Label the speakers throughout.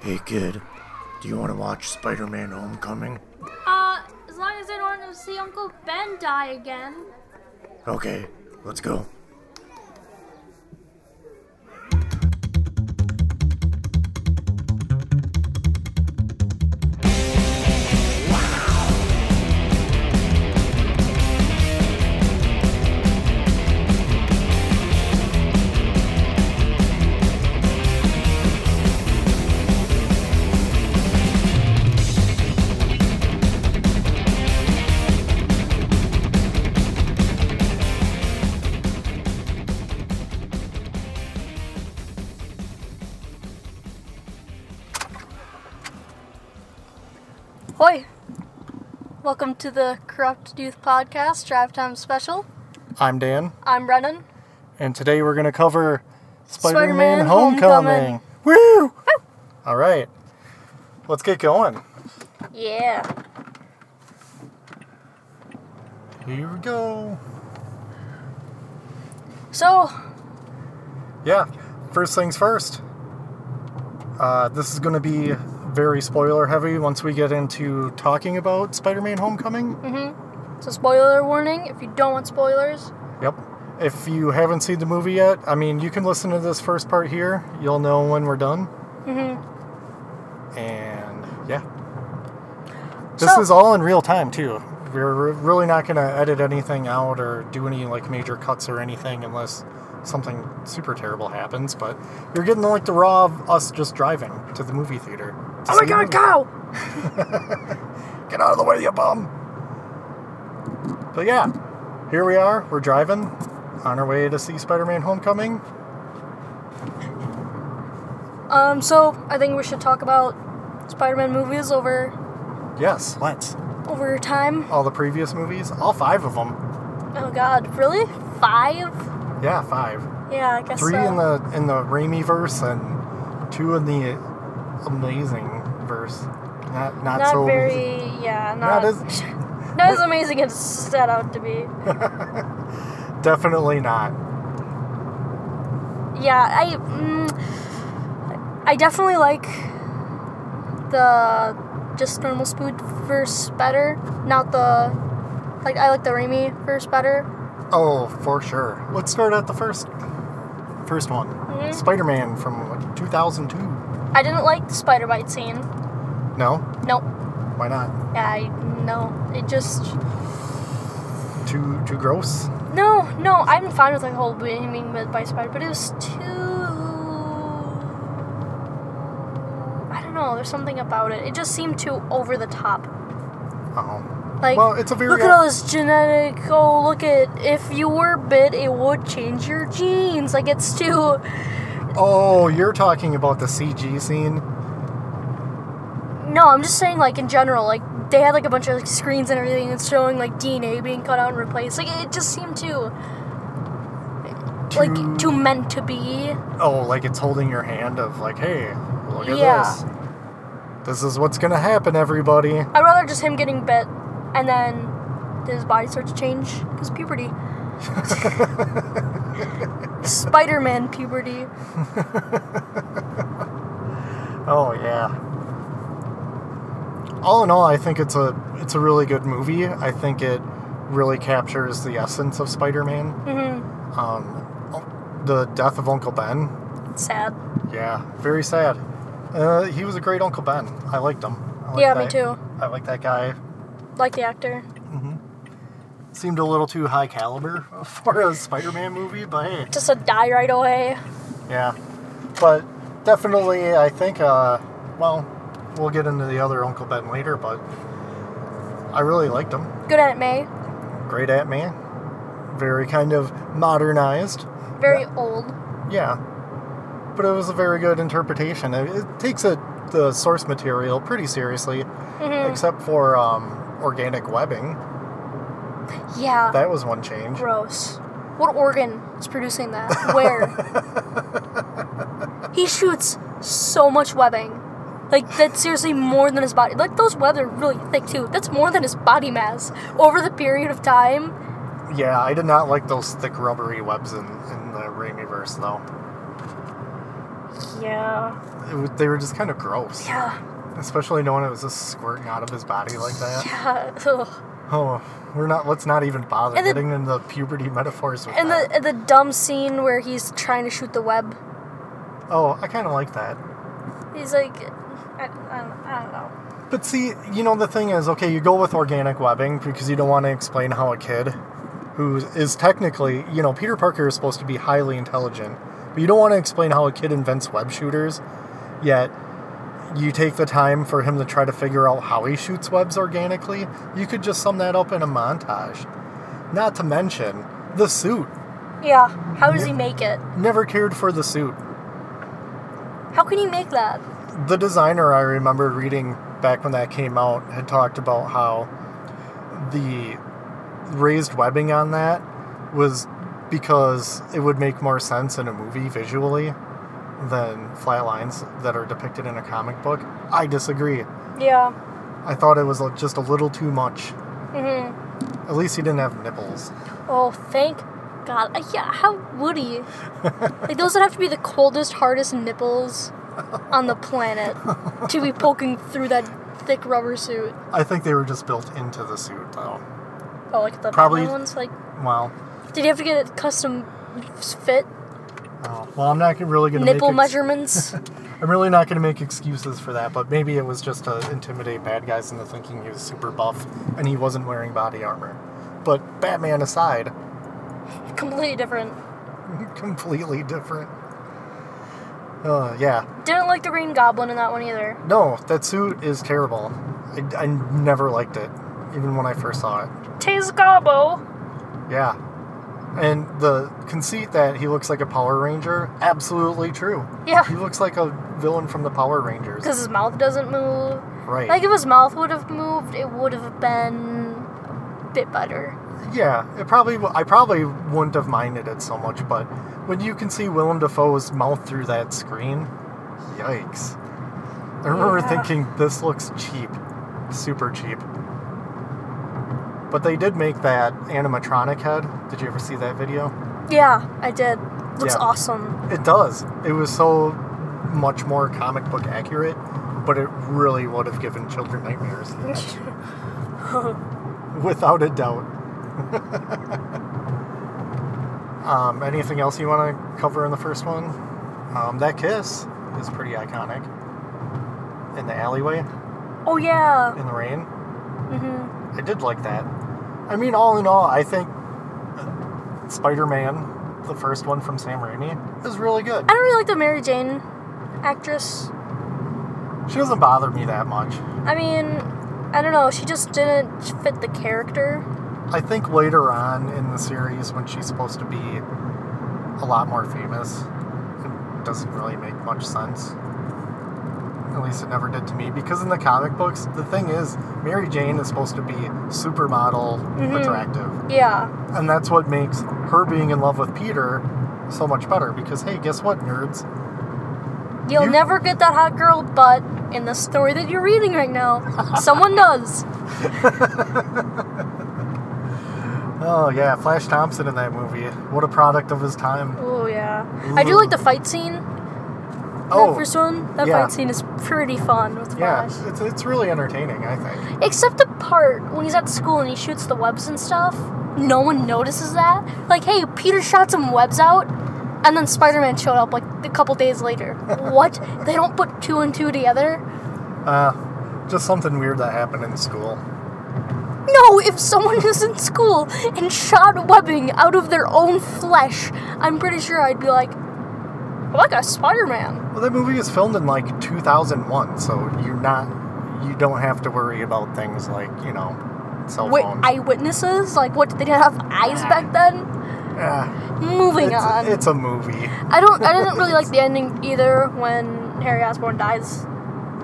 Speaker 1: Hey kid, do you want to watch Spider Man Homecoming?
Speaker 2: Uh, as long as I don't want to see Uncle Ben die again.
Speaker 1: Okay, let's go.
Speaker 3: Hoi! Welcome to the Corrupt Youth Podcast Drive Time Special.
Speaker 4: I'm Dan,
Speaker 3: I'm Brennan.
Speaker 4: and today we're going to cover Spider
Speaker 3: Spider-Man
Speaker 4: Man Homecoming. Woo! All right, let's get going.
Speaker 3: Yeah.
Speaker 4: Here we go.
Speaker 3: So,
Speaker 4: Yeah, first things first. Uh, this is going to be very spoiler heavy once we get into talking about Spider Man Homecoming.
Speaker 3: it's a spoiler warning if you don't want spoilers.
Speaker 4: Yep. If you haven't seen the movie yet, I mean, you can listen to this first part here. You'll know when we're done. Mm-hmm. And yeah. This
Speaker 3: So-
Speaker 4: is all in real time, too. We're really not going to edit anything out or do any like major cuts or anything unless something super terrible happens. But you're getting like the raw of us just driving to the movie theater. to
Speaker 3: Oh my
Speaker 4: see the
Speaker 3: god,
Speaker 4: movie.
Speaker 3: cow!
Speaker 4: Get out of the way, you bum! But yeah, here we are. We're driving on our way to see Spider Man Homecoming.
Speaker 3: Um, so, I think we should talk about Spider Man movies over
Speaker 4: Yes, let's.
Speaker 3: over time.
Speaker 4: All the previous movies, all five of them.
Speaker 3: Oh god, really? Five?
Speaker 4: Yeah, five.
Speaker 3: Yeah, I guess
Speaker 4: Three
Speaker 3: so.
Speaker 4: in the in the Raimi verse and two in the amazing verse. Not not,
Speaker 3: not
Speaker 4: so
Speaker 3: very, yeah, not,
Speaker 4: Not as-
Speaker 3: not as amazing as it's set out to be.
Speaker 4: definitely not.
Speaker 3: Yeah, I mm, I definitely like the just normal Spood verse better. Not the like I like the Raimi verse better.
Speaker 4: Oh, for sure. Let's start at the first first one. Spider Man from like, 2002.
Speaker 3: I didn't like the spider bite scene.
Speaker 4: No,
Speaker 3: Nope.
Speaker 4: why not?
Speaker 3: Yeah, I no. It just
Speaker 4: Too too gross.
Speaker 3: no, no. I'm fine with the whole being being bit by spider, but it was too. I don't know. There's something about it. It just seemed too over the top.
Speaker 4: Oh.
Speaker 3: Like,
Speaker 4: Well, it's a very-
Speaker 3: look at all this genetic. Oh, look at if you were bit, it would change your genes. Like, it's too.
Speaker 4: Oh, you're talking about the CG scene?
Speaker 3: No, I'm just saying, like in general, like they had like a bunch of like, screens and everything, and showing like DNA being cut out and replaced. Like, it just seemed too, like too meant to be.
Speaker 4: Oh, like it's holding your hand of like, hey, look at
Speaker 3: Yeah.
Speaker 4: this. This is what's gonna happen, everybody.
Speaker 3: I'd rather just him getting bit, and then his body starts to change because puberty. Spider-Man puberty.
Speaker 4: Oh yeah. All in all, I think it's a it's a really good movie. I think it really captures the essence of Spider-Man. Mm-hmm. Um, oh, the death of Uncle Ben.
Speaker 3: Sad.
Speaker 4: Yeah, very sad. Uh, he was a great Uncle Ben. I liked him. I liked
Speaker 3: Yeah, me
Speaker 4: that-
Speaker 3: too.
Speaker 4: I like that guy.
Speaker 3: Like the actor.
Speaker 4: Seemed a little too high caliber for a Spider-Man movie, but hey.
Speaker 3: Just a die right away.
Speaker 4: Yeah, but definitely, I think. Uh, well, we'll get into the other Uncle Ben later, but I really liked him.
Speaker 3: Good Aunt May.
Speaker 4: Great at me, very kind of modernized.
Speaker 3: Very old.
Speaker 4: Yeah, but it was a very good interpretation. It, it takes a, the source material pretty seriously, except for um, organic webbing.
Speaker 3: Yeah.
Speaker 4: That was one change.
Speaker 3: Gross. What organ is producing that? Where? he shoots so much webbing. Like that's seriously more than his body. Like those webs are really thick too. That's more than his body mass over the period of time.
Speaker 4: Yeah, I did not like those thick rubbery webs in, in the Raimi verse though.
Speaker 3: Yeah.
Speaker 4: It was, they were just kind of gross.
Speaker 3: Yeah.
Speaker 4: Especially knowing it was just squirting out of his body like that.
Speaker 3: Yeah. Ugh.
Speaker 4: Oh, we're not. Let's not even bother
Speaker 3: And the-
Speaker 4: getting into puberty metaphors with
Speaker 3: And
Speaker 4: that.
Speaker 3: the and the dumb scene where he's trying to shoot the web.
Speaker 4: oh, I kind of like that.
Speaker 3: He's like, I, I, don't- I don't know.
Speaker 4: But see, you know, the thing is, okay, you go with organic webbing because you don't want to explain how a kid who is technically, you know, Peter Parker is supposed to be highly intelligent, but you don't want to explain how a kid invents web shooters, yet you take the time for him to try to figure out how he shoots webs organically. You could just sum that up in a montage. Not to mention the suit.
Speaker 3: Yeah. How does he make it?
Speaker 4: Never cared for the suit.
Speaker 3: How can he make that?
Speaker 4: the designer I remember reading back when that came out had talked about how the raised webbing on that was because it would make more sense in a movie visually than flat lines that are depicted in a comic book. I disagree.
Speaker 3: Yeah.
Speaker 4: I thought it was just a little too much.
Speaker 3: Mhm.
Speaker 4: At least he didn't have nipples.
Speaker 3: Oh, thank God. Uh, Yeah. How would he? like those would have to be the coldest, hardest nipples on the planet to be poking through that thick rubber suit.
Speaker 4: I think they were just built into the suit though.
Speaker 3: Oh, like the
Speaker 4: Probably-
Speaker 3: Batman ones. Like,
Speaker 4: Well,
Speaker 3: did you have to get a custom fit
Speaker 4: oh, well, I'm not really going to
Speaker 3: nipple
Speaker 4: make ex-
Speaker 3: measurements?
Speaker 4: I'm really not going to make excuses for that, but maybe it was just to intimidate bad guys into thinking he was super buff and he wasn't wearing body armor. But Batman aside,
Speaker 3: Completely different.
Speaker 4: completely different. Uh, yeah.
Speaker 3: Didn't like the Green Goblin in that one either.
Speaker 4: No, that suit is terrible. I, I never liked it, even when I first saw it.
Speaker 3: Taze Gobbo.
Speaker 4: Yeah. And the conceit that he looks like a Power Ranger, absolutely true.
Speaker 3: Yeah.
Speaker 4: He looks like a villain from the Power Rangers.
Speaker 3: Because his mouth doesn't move.
Speaker 4: Right.
Speaker 3: Like if his mouth would have moved, it would have been a bit better.
Speaker 4: Yeah, it probably. w- I probably wouldn't have minded it so much, but when you can see Willem Dafoe's mouth through that screen, yikes! I remember
Speaker 3: Yeah.
Speaker 4: thinking this looks cheap, super cheap. But they did make that animatronic head. Did you ever see that video?
Speaker 3: Yeah, I did. Looks
Speaker 4: Yeah.
Speaker 3: awesome.
Speaker 4: It does. It was so much more comic book accurate, but it really would have given children nightmares without a doubt. um, anything else you want to cover in the first one? Um, that kiss is pretty iconic in the alleyway
Speaker 3: oh yeah.
Speaker 4: in the rain.
Speaker 3: hmm
Speaker 4: I did like that. I mean, all in all, I think Spider Man, the first one from Sam Raimi, is really good.
Speaker 3: I don't really like the Mary Jane actress.
Speaker 4: She doesn't bother me that much.
Speaker 3: I mean, I don't know. She just didn't fit the character.
Speaker 4: I think later on in the series, when she's supposed to be a lot more famous, it doesn't really make much sense. At least it never did to me. Because in the comic books, the thing is, Mary Jane is supposed to be supermodel
Speaker 3: Mhm.
Speaker 4: attractive.
Speaker 3: Yeah.
Speaker 4: And that's what makes her being in love with Peter so much better. Because, hey, guess what, nerds?
Speaker 3: You'll
Speaker 4: You-
Speaker 3: never get that hot girl, but in the story that you're reading right now, someone does.
Speaker 4: Oh, yeah, Flash Thompson in that movie. What a product of his time.
Speaker 3: Oh yeah. I do like the fight scene.
Speaker 4: Oh,
Speaker 3: that first one, that
Speaker 4: yeah.
Speaker 3: fight scene is pretty fun with
Speaker 4: yeah,
Speaker 3: Flash.
Speaker 4: it's, it's really entertaining, I think.
Speaker 3: Except the part when he's at school and he shoots the webs and stuff. No one notices that. Like, hey, Peter shot some webs out, and then Spider Man showed up like a couple days later. what? They don't put two and two together?
Speaker 4: Uh, just something weird that happened in school.
Speaker 3: No, if someone is in school and shot webbing out of their own flesh, I'm pretty sure I'd be like, I like a Spider Man.
Speaker 4: Well, that movie was filmed in like 2001, so you're not, you don't have to worry about things like you know, cell
Speaker 3: Wait,
Speaker 4: phones.
Speaker 3: eyewitnesses? Like, what? They didn't have eyes back then?
Speaker 4: Ah,
Speaker 3: Moving
Speaker 4: it's,
Speaker 3: on.
Speaker 4: it's a movie.
Speaker 3: I don't. I didn't really like the ending either when Harry Osborn dies.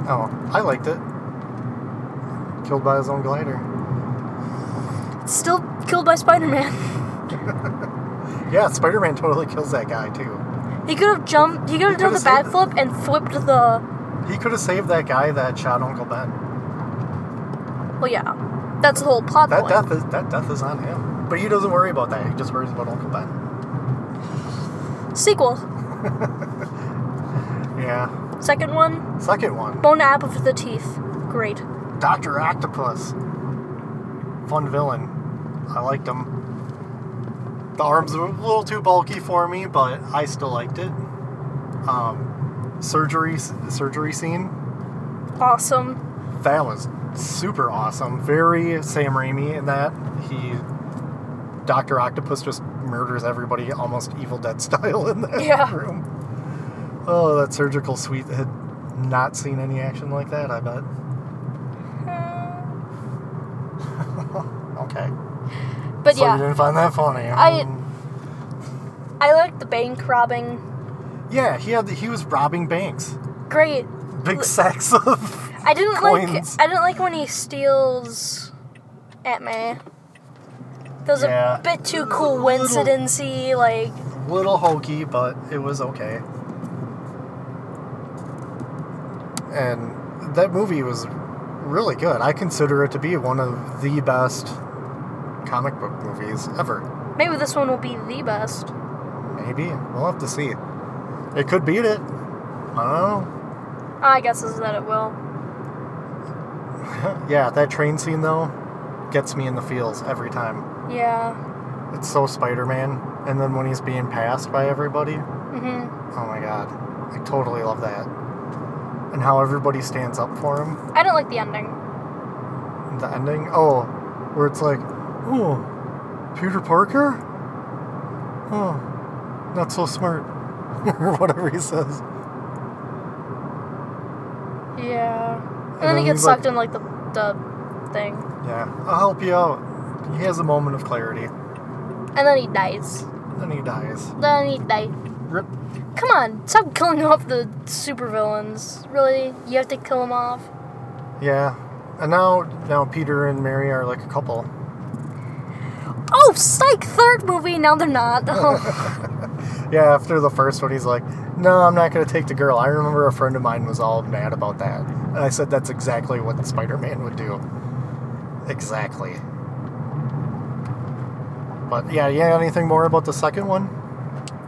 Speaker 4: Oh, I liked it. Killed by his own glider.
Speaker 3: Still killed by Spider-Man.
Speaker 4: Yeah, Spider-Man totally kills that guy too.
Speaker 3: He could have jumped. He could have done the
Speaker 4: could've saved
Speaker 3: backflip flip and flipped the.
Speaker 4: He could have saved that guy that shot Uncle Ben.
Speaker 3: Well, yeah, that's the whole plot
Speaker 4: That
Speaker 3: point.
Speaker 4: death is that death is on him. But he doesn't worry about that. He just worries about Uncle Ben.
Speaker 3: Sequel.
Speaker 4: Yeah.
Speaker 3: Second one,
Speaker 4: Second one.
Speaker 3: Bone Apple for the teeth. Great.
Speaker 4: Doctor Octopus. Fun villain. I liked him. The arms were a little too bulky for me, but I still liked it. Um, surgery surgery scene.
Speaker 3: Awesome.
Speaker 4: That was super awesome. Very Sam Raimi in that. He Doctor Octopus just murders everybody almost Evil Dead style in that
Speaker 3: Yeah.
Speaker 4: room. Oh, that surgical suite had not seen any action like that. I bet. Okay.
Speaker 3: Hmm. But
Speaker 4: so you
Speaker 3: yeah,
Speaker 4: didn't find that funny.
Speaker 3: I-
Speaker 4: Um,
Speaker 3: I like the bank robbing.
Speaker 4: yeah, he had he was robbing banks.
Speaker 3: Great.
Speaker 4: Big sacks of
Speaker 3: I didn't
Speaker 4: Coins.
Speaker 3: like I didn't like when he steals Aunt May. That was
Speaker 4: Yeah.
Speaker 3: a bit too
Speaker 4: Little-
Speaker 3: coincidency, like
Speaker 4: little hokey, but it was okay. And that movie was really good. I consider it to be one of the best comic book movies ever.
Speaker 3: maybe this one will be the best.
Speaker 4: Maybe. We'll have to see. It could beat it. I don't know.
Speaker 3: I guess is that it will.
Speaker 4: Yeah, that train scene though gets me in the feels every time.
Speaker 3: Yeah.
Speaker 4: It's so Spider Man. And then when he's being passed by everybody,
Speaker 3: hmm
Speaker 4: Oh my god. I totally love that. And how everybody stands up for him.
Speaker 3: I don't like the ending.
Speaker 4: in The ending. Oh, where it's like, oh, Peter Parker? Oh, not so smart. or whatever he says.
Speaker 3: Yeah. And
Speaker 4: then
Speaker 3: then he gets
Speaker 4: he's like-
Speaker 3: sucked in like the the thing,
Speaker 4: Yeah, I'll help you out. He has a moment of clarity.
Speaker 3: and then he dies.
Speaker 4: Then he dies.
Speaker 3: Then he dies.
Speaker 4: Rip.
Speaker 3: Come on, stop killing off the supervillains. Really, you have to kill them off.
Speaker 4: Yeah. And now, now Peter and Mary are like a couple.
Speaker 3: Oh, psych! Third movie. Now they're not. Oh,
Speaker 4: Yeah, after the first one, he's like, "No, I'm not gonna take the girl." I remember a friend of mine was all mad about that, and I said that's exactly what Spider-Man would do. Exactly. But yeah, yeah. Anything more about the second one?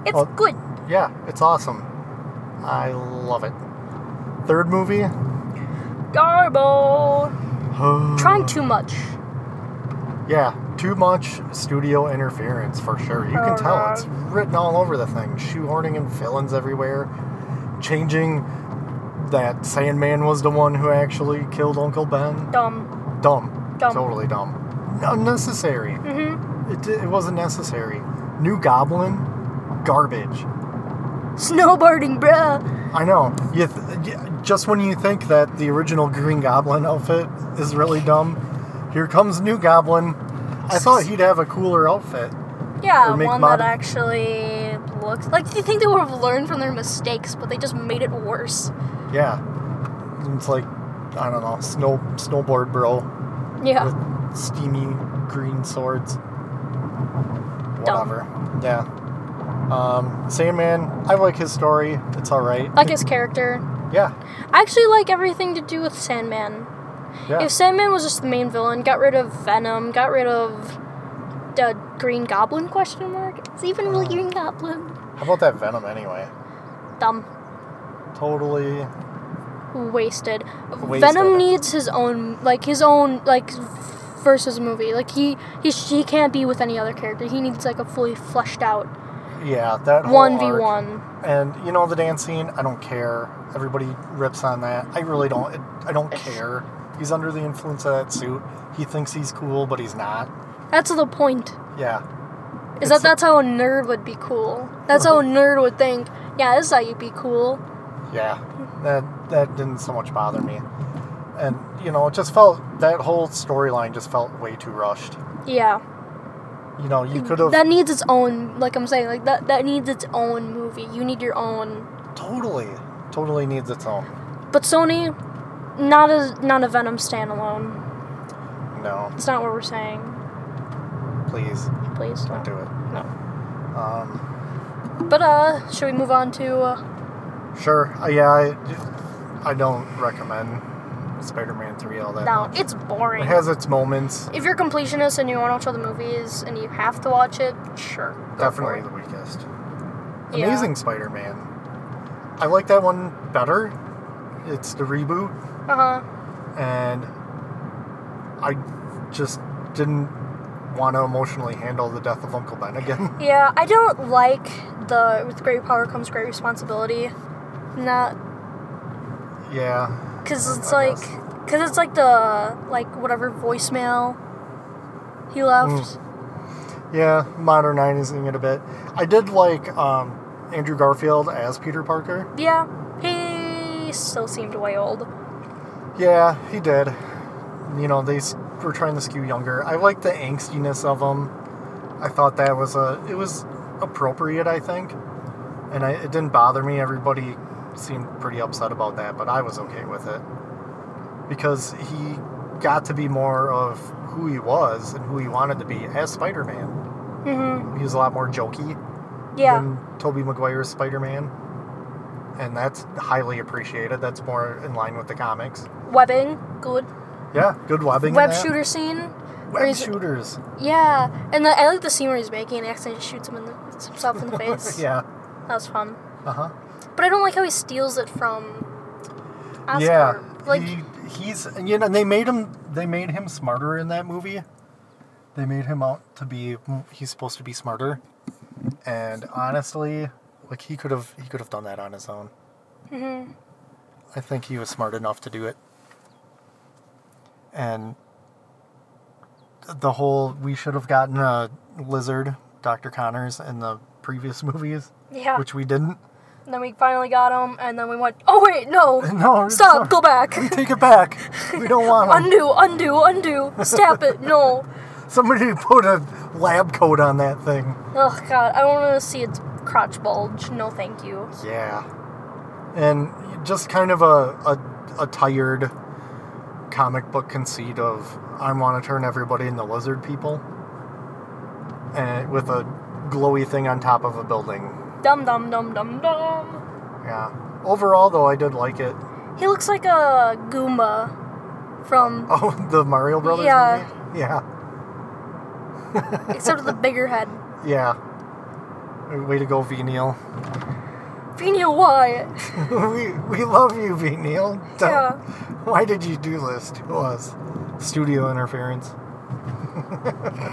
Speaker 3: it's
Speaker 4: Well-
Speaker 3: good.
Speaker 4: Yeah, it's awesome. I love it. Third movie.
Speaker 3: Garbo. Trying too much.
Speaker 4: Yeah, too much studio interference for sure. You can
Speaker 3: Oh,
Speaker 4: tell
Speaker 3: no.
Speaker 4: it's written all over the thing, shoehorning in villains everywhere, changing that Sandman was the one who actually killed Uncle Ben.
Speaker 3: Dumb.
Speaker 4: Dumb,
Speaker 3: Dumb.
Speaker 4: totally dumb, unnecessary.
Speaker 3: Mm-hmm.
Speaker 4: It, di- it wasn't necessary. New Goblin, garbage.
Speaker 3: Snowboarding, bruh.
Speaker 4: I know. You th- y- just when you think that the original Green Goblin outfit is really dumb, here comes New Goblin. I thought he'd have a cooler outfit.
Speaker 3: Yeah,
Speaker 4: Or make
Speaker 3: one
Speaker 4: mod-
Speaker 3: that actually looks like. Do you think they would have learned from their mistakes, but they just made it worse?
Speaker 4: Yeah. It's like I don't know, snow snowboard bro
Speaker 3: Yeah.
Speaker 4: with steamy green swords. Whatever. Yeah. Um, Sandman, I like his story. It's all right.
Speaker 3: Like his character.
Speaker 4: Yeah.
Speaker 3: I actually like everything to do with Sandman.
Speaker 4: Yeah.
Speaker 3: If Sandman was just the main villain, got rid of Venom, got rid of the Green Goblin question mark. It's even really
Speaker 4: Uh.
Speaker 3: Green Goblin.
Speaker 4: How about that Venom anyway?
Speaker 3: Dumb.
Speaker 4: Totally.
Speaker 3: Wasted.
Speaker 4: Wasted.
Speaker 3: Venom needs his own like his own like versus movie. Like he he he can't be with any other character. He needs like a fully fleshed out
Speaker 4: Yeah, that whole
Speaker 3: one v
Speaker 4: arc.
Speaker 3: one.
Speaker 4: And you know the dance scene, I don't care. Everybody rips on that. I really don't. It, I don't care. He's under the influence of that suit. He thinks he's cool, but he's not.
Speaker 3: That's the point.
Speaker 4: Yeah.
Speaker 3: Is
Speaker 4: It's-
Speaker 3: that that's how a nerd would be cool. That's how a nerd would think, yeah, this is how you'd be cool.
Speaker 4: Yeah, that that didn't so much bother me, and you know, it just felt that whole storyline just felt way too rushed.
Speaker 3: Yeah.
Speaker 4: You know, you could have
Speaker 3: that needs its own like i'm saying like that that needs its own movie you need your own
Speaker 4: totally, totally needs its own.
Speaker 3: but sony not a not a venom standalone
Speaker 4: No,
Speaker 3: it's not what we're saying
Speaker 4: please
Speaker 3: please
Speaker 4: don't do it.
Speaker 3: no
Speaker 4: Um,
Speaker 3: but uh should we move on to uh,
Speaker 4: sure, uh, yeah, I, I don't recommend Spider-Man Three all that.
Speaker 3: no
Speaker 4: much.
Speaker 3: it's
Speaker 4: it
Speaker 3: boring
Speaker 4: has its moments.
Speaker 3: if you're completionist and you want to watch all the movies and you have to watch it sure go for
Speaker 4: Definitely
Speaker 3: it.
Speaker 4: the weakest.
Speaker 3: Yeah.
Speaker 4: Amazing Spider-Man. I like that one better. It's the reboot,
Speaker 3: Uh huh.
Speaker 4: and I just didn't want to emotionally handle the death of Uncle Ben again.
Speaker 3: Yeah, I don't like the with great power comes great responsibility. Not
Speaker 4: yeah,
Speaker 3: because it's
Speaker 4: I
Speaker 3: like
Speaker 4: guess.
Speaker 3: because it's like the like whatever voicemail he left.
Speaker 4: Mm. yeah, modernizing it a bit. I did like um, Andrew Garfield as Peter Parker.
Speaker 3: Yeah, he still seemed way old.
Speaker 4: Yeah, he did. You know, they s- were trying to skew younger. I like the angstiness of him. I thought that was a it was appropriate, I think, and I, it didn't bother me. Everybody seemed pretty upset about that, but I was okay with it because he got to be more of who he was and who he wanted to be as Spider-Man.
Speaker 3: hmm
Speaker 4: He was a lot more jokey
Speaker 3: Yeah,
Speaker 4: than Tobey Maguire's Spider-Man, and that's highly appreciated. That's more in line with the comics.
Speaker 3: webbing, good
Speaker 4: Yeah, good webbing. in
Speaker 3: web
Speaker 4: that.
Speaker 3: shooter scene. where
Speaker 4: Web
Speaker 3: he's-
Speaker 4: shooters.
Speaker 3: Yeah, and the, I like the scene where he's making an accident, shoots him in the, himself in the face.
Speaker 4: Yeah.
Speaker 3: that was fun.
Speaker 4: Uh huh.
Speaker 3: But I don't like how he steals it from Oscar.
Speaker 4: Yeah.
Speaker 3: like
Speaker 4: he, he's and, you know and they made him they made him smarter in that movie. They made him out to be mm, he's supposed to be smarter, and honestly, like he could have he could have done that on his own. Mm-hmm. I think he was smart enough to do it. And the whole we should have gotten a lizard, Doctor Connors, in the previous movies,
Speaker 3: yeah.
Speaker 4: which we didn't.
Speaker 3: And then we finally got him, and then we went. Oh wait, no,
Speaker 4: No, sorry.
Speaker 3: stop, go back,
Speaker 4: We take it back. We don't want him.
Speaker 3: undo, undo, undo, stab it. No,
Speaker 4: Somebody put a lab coat on that thing.
Speaker 3: oh god, I don't want to see its crotch bulge. No, thank you.
Speaker 4: Yeah. And just kind of a, a, a tired comic book conceit of I want to turn everybody into lizard people. And with a glowy thing on top of a building.
Speaker 3: Dum dum dum dum dum.
Speaker 4: Yeah. Overall, though, I did like it.
Speaker 3: He looks like a Goomba from,
Speaker 4: Oh, the Mario Brothers
Speaker 3: Yeah.
Speaker 4: movie? Yeah.
Speaker 3: except with a bigger head.
Speaker 4: Yeah. Way to go, V. Neil.
Speaker 3: Fenia, why?
Speaker 4: we, we love you, V. Neil. Don't-
Speaker 3: Yeah.
Speaker 4: Why did you do this to us? Studio interference.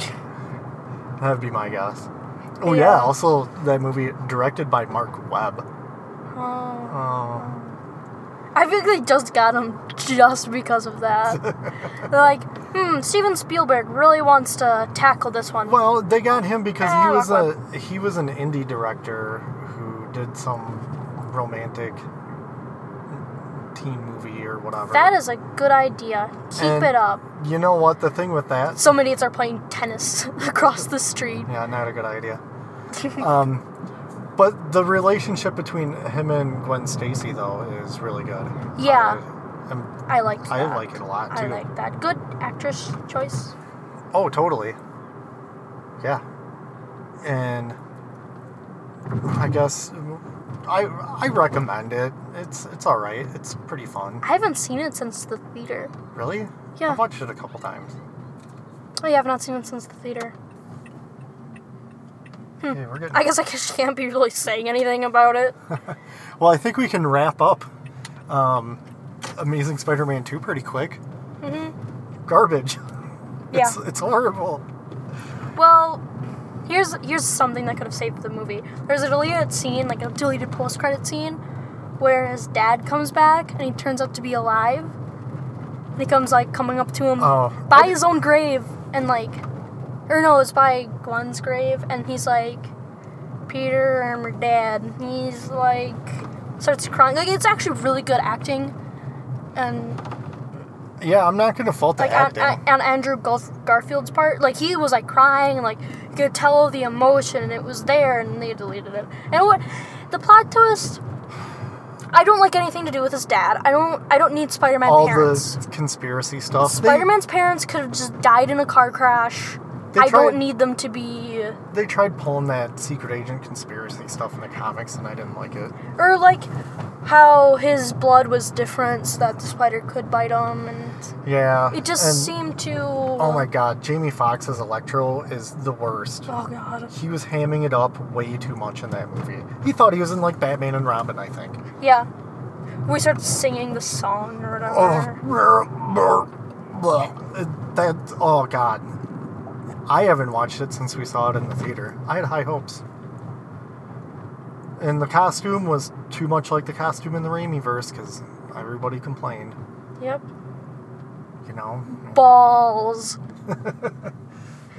Speaker 4: That'd be my guess. Oh, yeah.
Speaker 3: Yeah.
Speaker 4: Also, that movie directed by Mark Webb.
Speaker 3: Oh.
Speaker 4: Oh,
Speaker 3: I think they just got him just because of that. They're like, hmm, Steven Spielberg really wants to tackle this one.
Speaker 4: well, they got him because
Speaker 3: Ah,
Speaker 4: he was
Speaker 3: Mark
Speaker 4: a he was an indie director who did some romantic teen movie or whatever.
Speaker 3: That is a good idea. Keep
Speaker 4: And-
Speaker 3: it up.
Speaker 4: you know what the thing with that
Speaker 3: Some idiots are playing tennis across the street.
Speaker 4: Yeah, not a good idea. um, but the relationship between him and Gwen Stacy though is really good.
Speaker 3: Yeah.
Speaker 4: I, am
Speaker 3: I like that.
Speaker 4: I like it a lot too.
Speaker 3: I like that. Good actress choice.
Speaker 4: Oh, totally. Yeah. And I guess I I recommend it. It's it's all right. It's pretty fun.
Speaker 3: I haven't seen it since the theater.
Speaker 4: Really?
Speaker 3: Yeah.
Speaker 4: I've watched it a couple times.
Speaker 3: Oh yeah, I've not seen it since the theater.
Speaker 4: Yeah, we're good.
Speaker 3: Hmm. I guess I just can't be really saying anything about it.
Speaker 4: Well, I think we can wrap up um, Amazing Spider-Man 2 pretty quick. Mm-hmm. Garbage.
Speaker 3: Yeah.
Speaker 4: It's, it's horrible.
Speaker 3: Well, here's here's something that could have saved the movie. There's a deleted scene, like a deleted post credit scene, where his dad comes back and he turns out to be alive. And he comes like coming up to him
Speaker 4: Oh.
Speaker 3: by his own grave and like or no, it's by Gwen's grave and he's like Peter, I'm your dad. And He's like starts crying. Like it's actually really good acting. And
Speaker 4: Yeah, I'm not going to fault the
Speaker 3: like on,
Speaker 4: acting.
Speaker 3: on, on Andrew Garf- Garfield's part, like he was like crying, and, like you could tell the emotion, and it was there, and they deleted it. And what the plot twist? I don't like anything to do with his dad. I don't. I don't need Spider-Man
Speaker 4: All
Speaker 3: parents.
Speaker 4: the conspiracy stuff. They-
Speaker 3: Spider-Man's parents could have just died in a car crash.
Speaker 4: They
Speaker 3: I
Speaker 4: tried-
Speaker 3: don't need them to be
Speaker 4: They tried pulling that secret agent conspiracy stuff in the comics, and I didn't like it.
Speaker 3: or like how his blood was different so that the spider could bite him and
Speaker 4: Yeah.
Speaker 3: it just
Speaker 4: and-
Speaker 3: seemed to
Speaker 4: Oh my god, Jamie Foxx's Electro is the worst.
Speaker 3: Oh god.
Speaker 4: He was hamming it up way too much in that movie. He thought he was in like Batman and Robin, I think.
Speaker 3: Yeah. We started singing the song or whatever.
Speaker 4: Oh, that oh god. I haven't watched it since we saw it in the theater. I had high hopes. And the costume was too much like the costume in the Raimi verse because everybody complained,
Speaker 3: Yep.
Speaker 4: you know?
Speaker 3: Balls.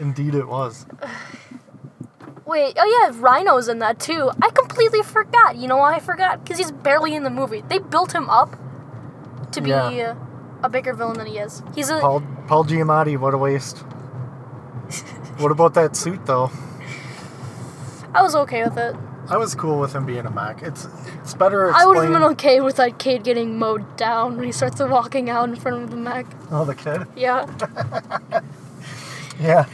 Speaker 4: Indeed it was.
Speaker 3: Wait, oh yeah, Rhino's in that too. I completely forgot. You know why I forgot? Because he's barely in the movie. They built him up to be uh,
Speaker 4: Yeah.
Speaker 3: a bigger villain than he is. He's a
Speaker 4: Paul Paul Giamatti, what a waste. what about that suit though?
Speaker 3: I was okay with it.
Speaker 4: I was cool with him being a Mac. It's it's better
Speaker 3: I would have
Speaker 4: explained-
Speaker 3: been okay with that kid getting mowed down when he starts walking out in front of the mech.
Speaker 4: Oh, the kid?
Speaker 3: Yeah.
Speaker 4: Yeah.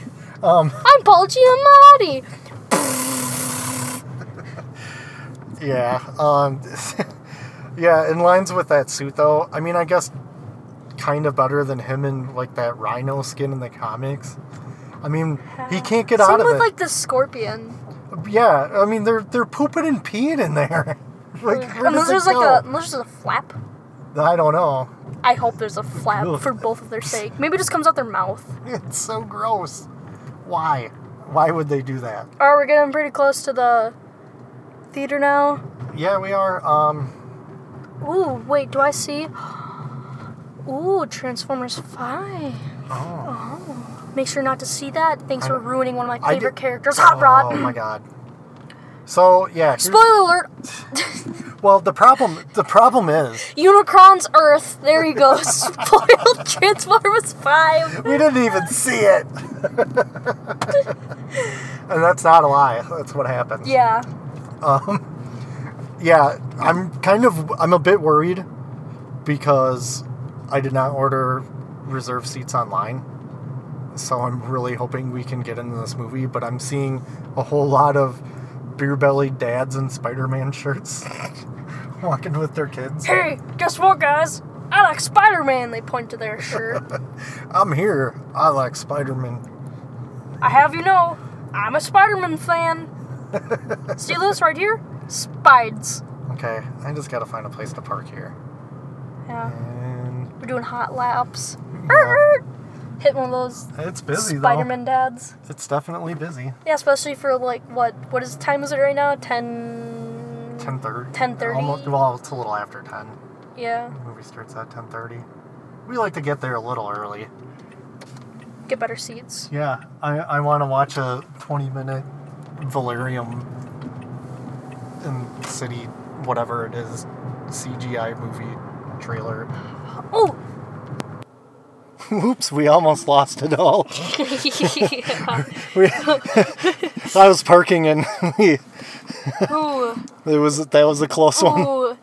Speaker 3: I'm Paul Giamatti!
Speaker 4: Yeah. Um, yeah, in lines with that suit, though, I mean, I guess kind of better than him in, like, that rhino skin in the comics. I mean, he can't get
Speaker 3: Same
Speaker 4: out of
Speaker 3: with
Speaker 4: it.
Speaker 3: like the scorpion.
Speaker 4: yeah, I mean, they're they're pooping and peeing in there. like, where does it
Speaker 3: unless there's like
Speaker 4: go?
Speaker 3: a unless there's a flap.
Speaker 4: I don't know.
Speaker 3: I hope there's a flap
Speaker 4: Ugh.
Speaker 3: for both of their sake. Maybe it just comes out their mouth.
Speaker 4: It's so gross. Why? Why would they do that?
Speaker 3: Alright, we're getting pretty close to the theater now.
Speaker 4: Yeah, we are. Um,
Speaker 3: Ooh, wait, do I see? Ooh, Transformers 5.
Speaker 4: oh.
Speaker 3: Make sure not to see that. Thanks for ruining one of
Speaker 4: I
Speaker 3: my favorite
Speaker 4: did-
Speaker 3: characters, Hot Rod.
Speaker 4: Oh my god. So yeah. here's-
Speaker 3: Spoiler alert,
Speaker 4: Well, the problem the problem is
Speaker 3: Unicron's Earth. There you go. Spoiled Transformers 5.
Speaker 4: we didn't even see it, and that's not a lie. That's what happened.
Speaker 3: Yeah.
Speaker 4: Yeah, I'm kind of I'm a bit worried because I did not order reserve seats online. So I'm really hoping we can get into this movie, but I'm seeing a whole lot of beer-bellied dads in Spider-Man shirts walking with their kids.
Speaker 3: Hey, guess what, guys? I like Spider Man. They point to their shirt.
Speaker 4: I'm here. I like Spider-Man.
Speaker 3: I have you know, I'm a Spider Man fan. see this right here? Spides.
Speaker 4: Okay, I just gotta find a place to park here.
Speaker 3: Yeah.
Speaker 4: And
Speaker 3: We're doing hot laps.
Speaker 4: yeah,
Speaker 3: Hit one of those
Speaker 4: it's busy
Speaker 3: Spider Man dads.
Speaker 4: though. It's definitely busy.
Speaker 3: Yeah, especially for like what? What is time is it right now? Ten.
Speaker 4: Ten thirty.
Speaker 3: 10:30.
Speaker 4: Almost. Well, it's a little after ten.
Speaker 3: Yeah.
Speaker 4: The movie starts at ten thirty. We like to get there a little early.
Speaker 3: Get better seats.
Speaker 4: Yeah, I I want to watch a twenty minute Valerium in city whatever it is CGI movie trailer.
Speaker 3: Oh.
Speaker 4: Whoops, we almost lost it all. We, I was parking and we.
Speaker 3: Ooh.
Speaker 4: It was that was a close one.
Speaker 3: Ooh,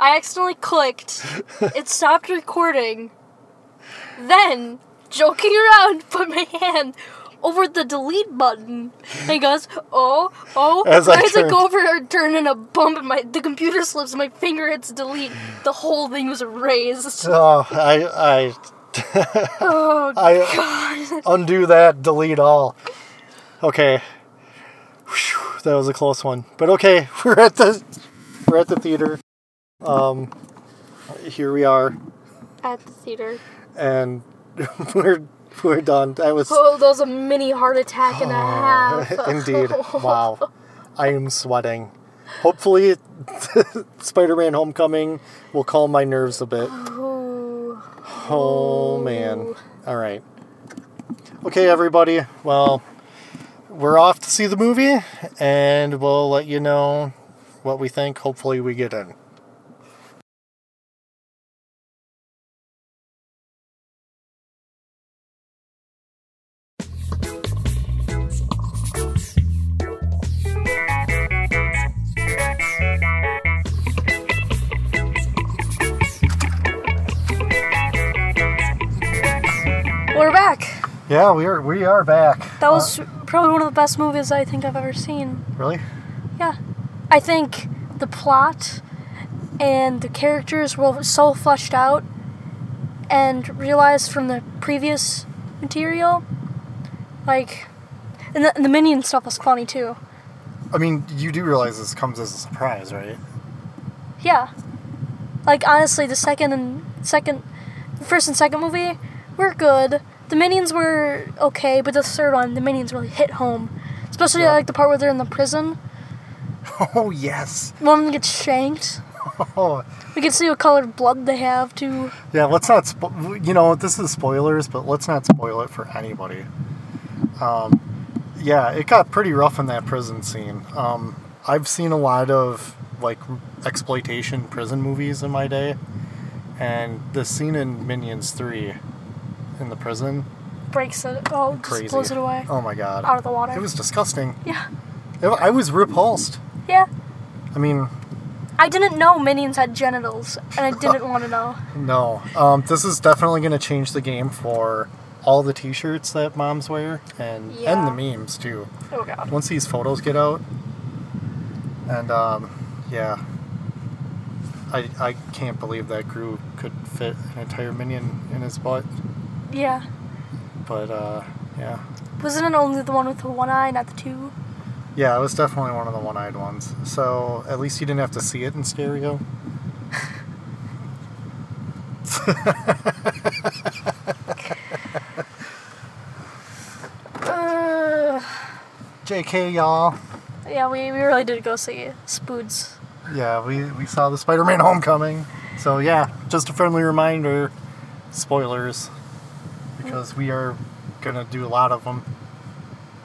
Speaker 3: I accidentally clicked. It stopped recording. Then, joking around, put my hand over the delete button. And he goes, oh, oh.
Speaker 4: As I
Speaker 3: and as I
Speaker 4: turned.
Speaker 3: go over and turn and a bump and my the computer slips and my finger hits delete. The whole thing was erased.
Speaker 4: Oh, I
Speaker 3: Oh,
Speaker 4: I I undo that, delete all. Okay, Whew, that was a close one, but okay, we're at the we're at the theater. Um, here we are,
Speaker 3: at the theater.
Speaker 4: and we're we're done. That was
Speaker 3: Oh, that was a mini heart attack
Speaker 4: Oh.
Speaker 3: and a half.
Speaker 4: indeed wow. I am sweating. Hopefully, Spider-Man: Homecoming will calm my nerves a bit.
Speaker 3: Ooh.
Speaker 4: Oh man. All right. Okay, everybody. Well, we're off to see the movie, and we'll let you know what we think. Hopefully, we get in.
Speaker 3: We're back.
Speaker 4: Yeah, we are. We are back.
Speaker 3: That was probably one of the best movies I think I've ever seen.
Speaker 4: Really?
Speaker 3: Yeah. I think the plot and the characters were so fleshed out and realized from the previous material. Like, and the, and the minion stuff was funny too.
Speaker 4: I mean, you do realize this comes as a surprise, right?
Speaker 3: Yeah. Like honestly, the second and second, the first and second movie were good. The minions were okay, but the third one, the minions really hit home. Especially
Speaker 4: Yeah.
Speaker 3: like the part where they're in the prison.
Speaker 4: Oh yes.
Speaker 3: One of them gets shanked.
Speaker 4: Oh
Speaker 3: We can see what color blood they have too.
Speaker 4: yeah. Let's not. Spo- you know, this is spoilers, but let's not spoil it for anybody. Um, yeah, it got pretty rough in that prison scene. Um, I've seen a lot of like exploitation prison movies in my day, and the scene in Minions Three, in the prison,
Speaker 3: Breaks it. Oh, just
Speaker 4: crazy.
Speaker 3: blows it away.
Speaker 4: Oh my god.
Speaker 3: Out of the water.
Speaker 4: It was disgusting.
Speaker 3: Yeah.
Speaker 4: It- I was repulsed.
Speaker 3: Yeah.
Speaker 4: I mean,
Speaker 3: I didn't know minions had genitals, and I didn't want to know.
Speaker 4: no. Um, this is definitely going to change the game for all the T-shirts that moms wear and and
Speaker 3: Yeah.
Speaker 4: the memes too.
Speaker 3: Oh god.
Speaker 4: Once these photos get out, and um, yeah, I I can't believe that Gru could fit an entire minion in his butt.
Speaker 3: Yeah.
Speaker 4: But uh, yeah,
Speaker 3: Wasn't it only the one with the one eye, not the two?
Speaker 4: yeah, it was definitely one of the one-eyed ones. So at least you didn't have to see it in stereo.
Speaker 3: Uh,
Speaker 4: Jk, y'all.
Speaker 3: yeah, we, we really did go see Spoods.
Speaker 4: Yeah, we, we saw the Spider Man Homecoming. So, yeah, just a friendly reminder spoilers, because we are going to do a lot of them.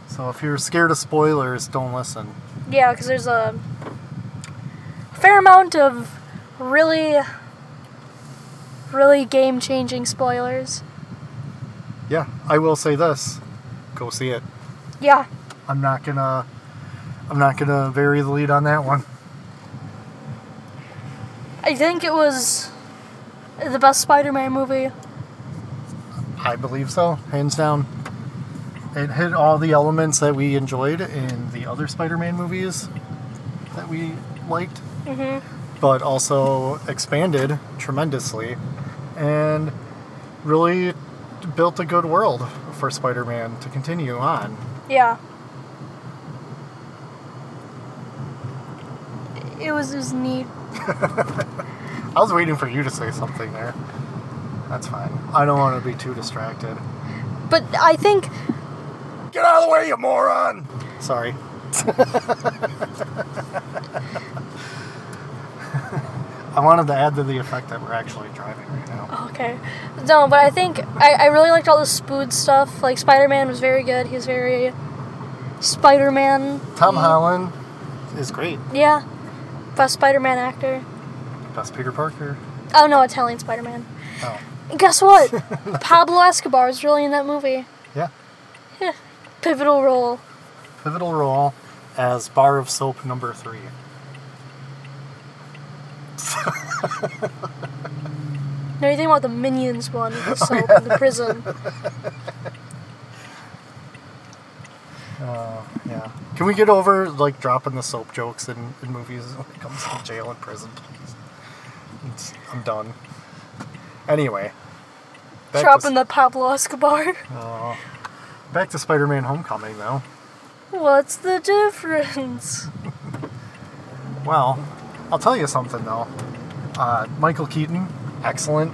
Speaker 4: So, if you're scared of spoilers, don't listen.
Speaker 3: Yeah, because there's a fair amount of really, really game changing spoilers.
Speaker 4: Yeah, I will say this go see it.
Speaker 3: Yeah.
Speaker 4: I'm not going to. I'm not gonna vary the lead on that one.
Speaker 3: I think it was the best Spider Man movie.
Speaker 4: I believe so, hands down. It hit all the elements that we enjoyed in the other Spider-Man movies that we liked.
Speaker 3: Mm hmm.
Speaker 4: but also expanded tremendously and really built a good world for Spider Man to continue on.
Speaker 3: Yeah. It was, it was neat.
Speaker 4: I was waiting for you to say something there. That's fine. I don't want to be too distracted.
Speaker 3: But I think
Speaker 4: Get out of the way, you moron! Sorry. I wanted to add to the effect that we're actually driving right now.
Speaker 3: Okay. No, but I think I, I really liked all the spood stuff. Like Spider Man was very good. He was very Spider Man.
Speaker 4: Tom Holland is great.
Speaker 3: Yeah. Best Spider Man actor.
Speaker 4: Best Peter Parker.
Speaker 3: Oh no, Italian Spider Man.
Speaker 4: Oh,
Speaker 3: Guess what? Pablo Escobar is really in that movie.
Speaker 4: yeah.
Speaker 3: Pivotal role.
Speaker 4: pivotal role as bar of soap number three.
Speaker 3: No, you think about the Minions one, with the soap in the prison.
Speaker 4: Yeah. Can we get over like dropping the soap jokes in, in movies when it comes to jail and prison, please? It's- I'm done. Anyway. Back
Speaker 3: Dropping
Speaker 4: to,
Speaker 3: the Pablo Escobar.
Speaker 4: back to Spider-Man: Homecoming, though.
Speaker 3: What's the difference?
Speaker 4: Well, I'll tell you something though. Uh, Michael Keaton, excellent.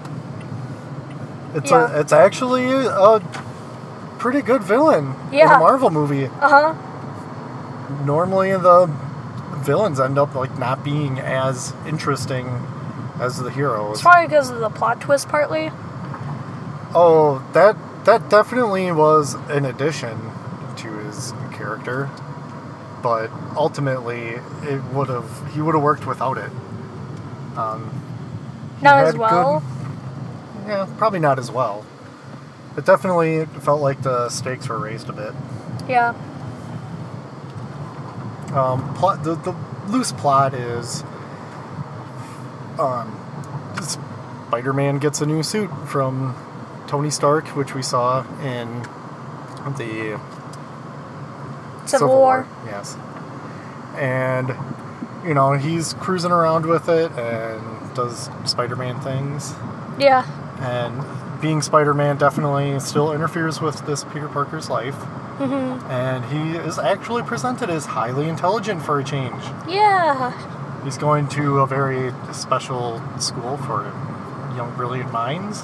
Speaker 4: It's
Speaker 3: Yeah.
Speaker 4: a, it's actually a pretty good villain in
Speaker 3: Yeah.
Speaker 4: a Marvel movie.
Speaker 3: Uh huh.
Speaker 4: normally the villains end up like not being as interesting as the heroes.
Speaker 3: It's probably because of the plot twist, partly.
Speaker 4: Oh, that that definitely was an addition to his character, but ultimately it would have he would have worked without it. Um, he
Speaker 3: Not as
Speaker 4: had
Speaker 3: well.
Speaker 4: good- yeah, probably not as well. It definitely felt like the stakes were raised a bit.
Speaker 3: Yeah.
Speaker 4: um, plot the, the loose plot is um, spider-man gets a new suit from tony stark which we saw in the
Speaker 3: Civil War.
Speaker 4: Yes. And, you know, he's cruising around with it and does Spider Man things.
Speaker 3: Yeah.
Speaker 4: And being Spider Man definitely still interferes with this Peter Parker's life. And he is actually presented as highly intelligent for a change.
Speaker 3: Yeah.
Speaker 4: He's going to a very special school for young, brilliant minds.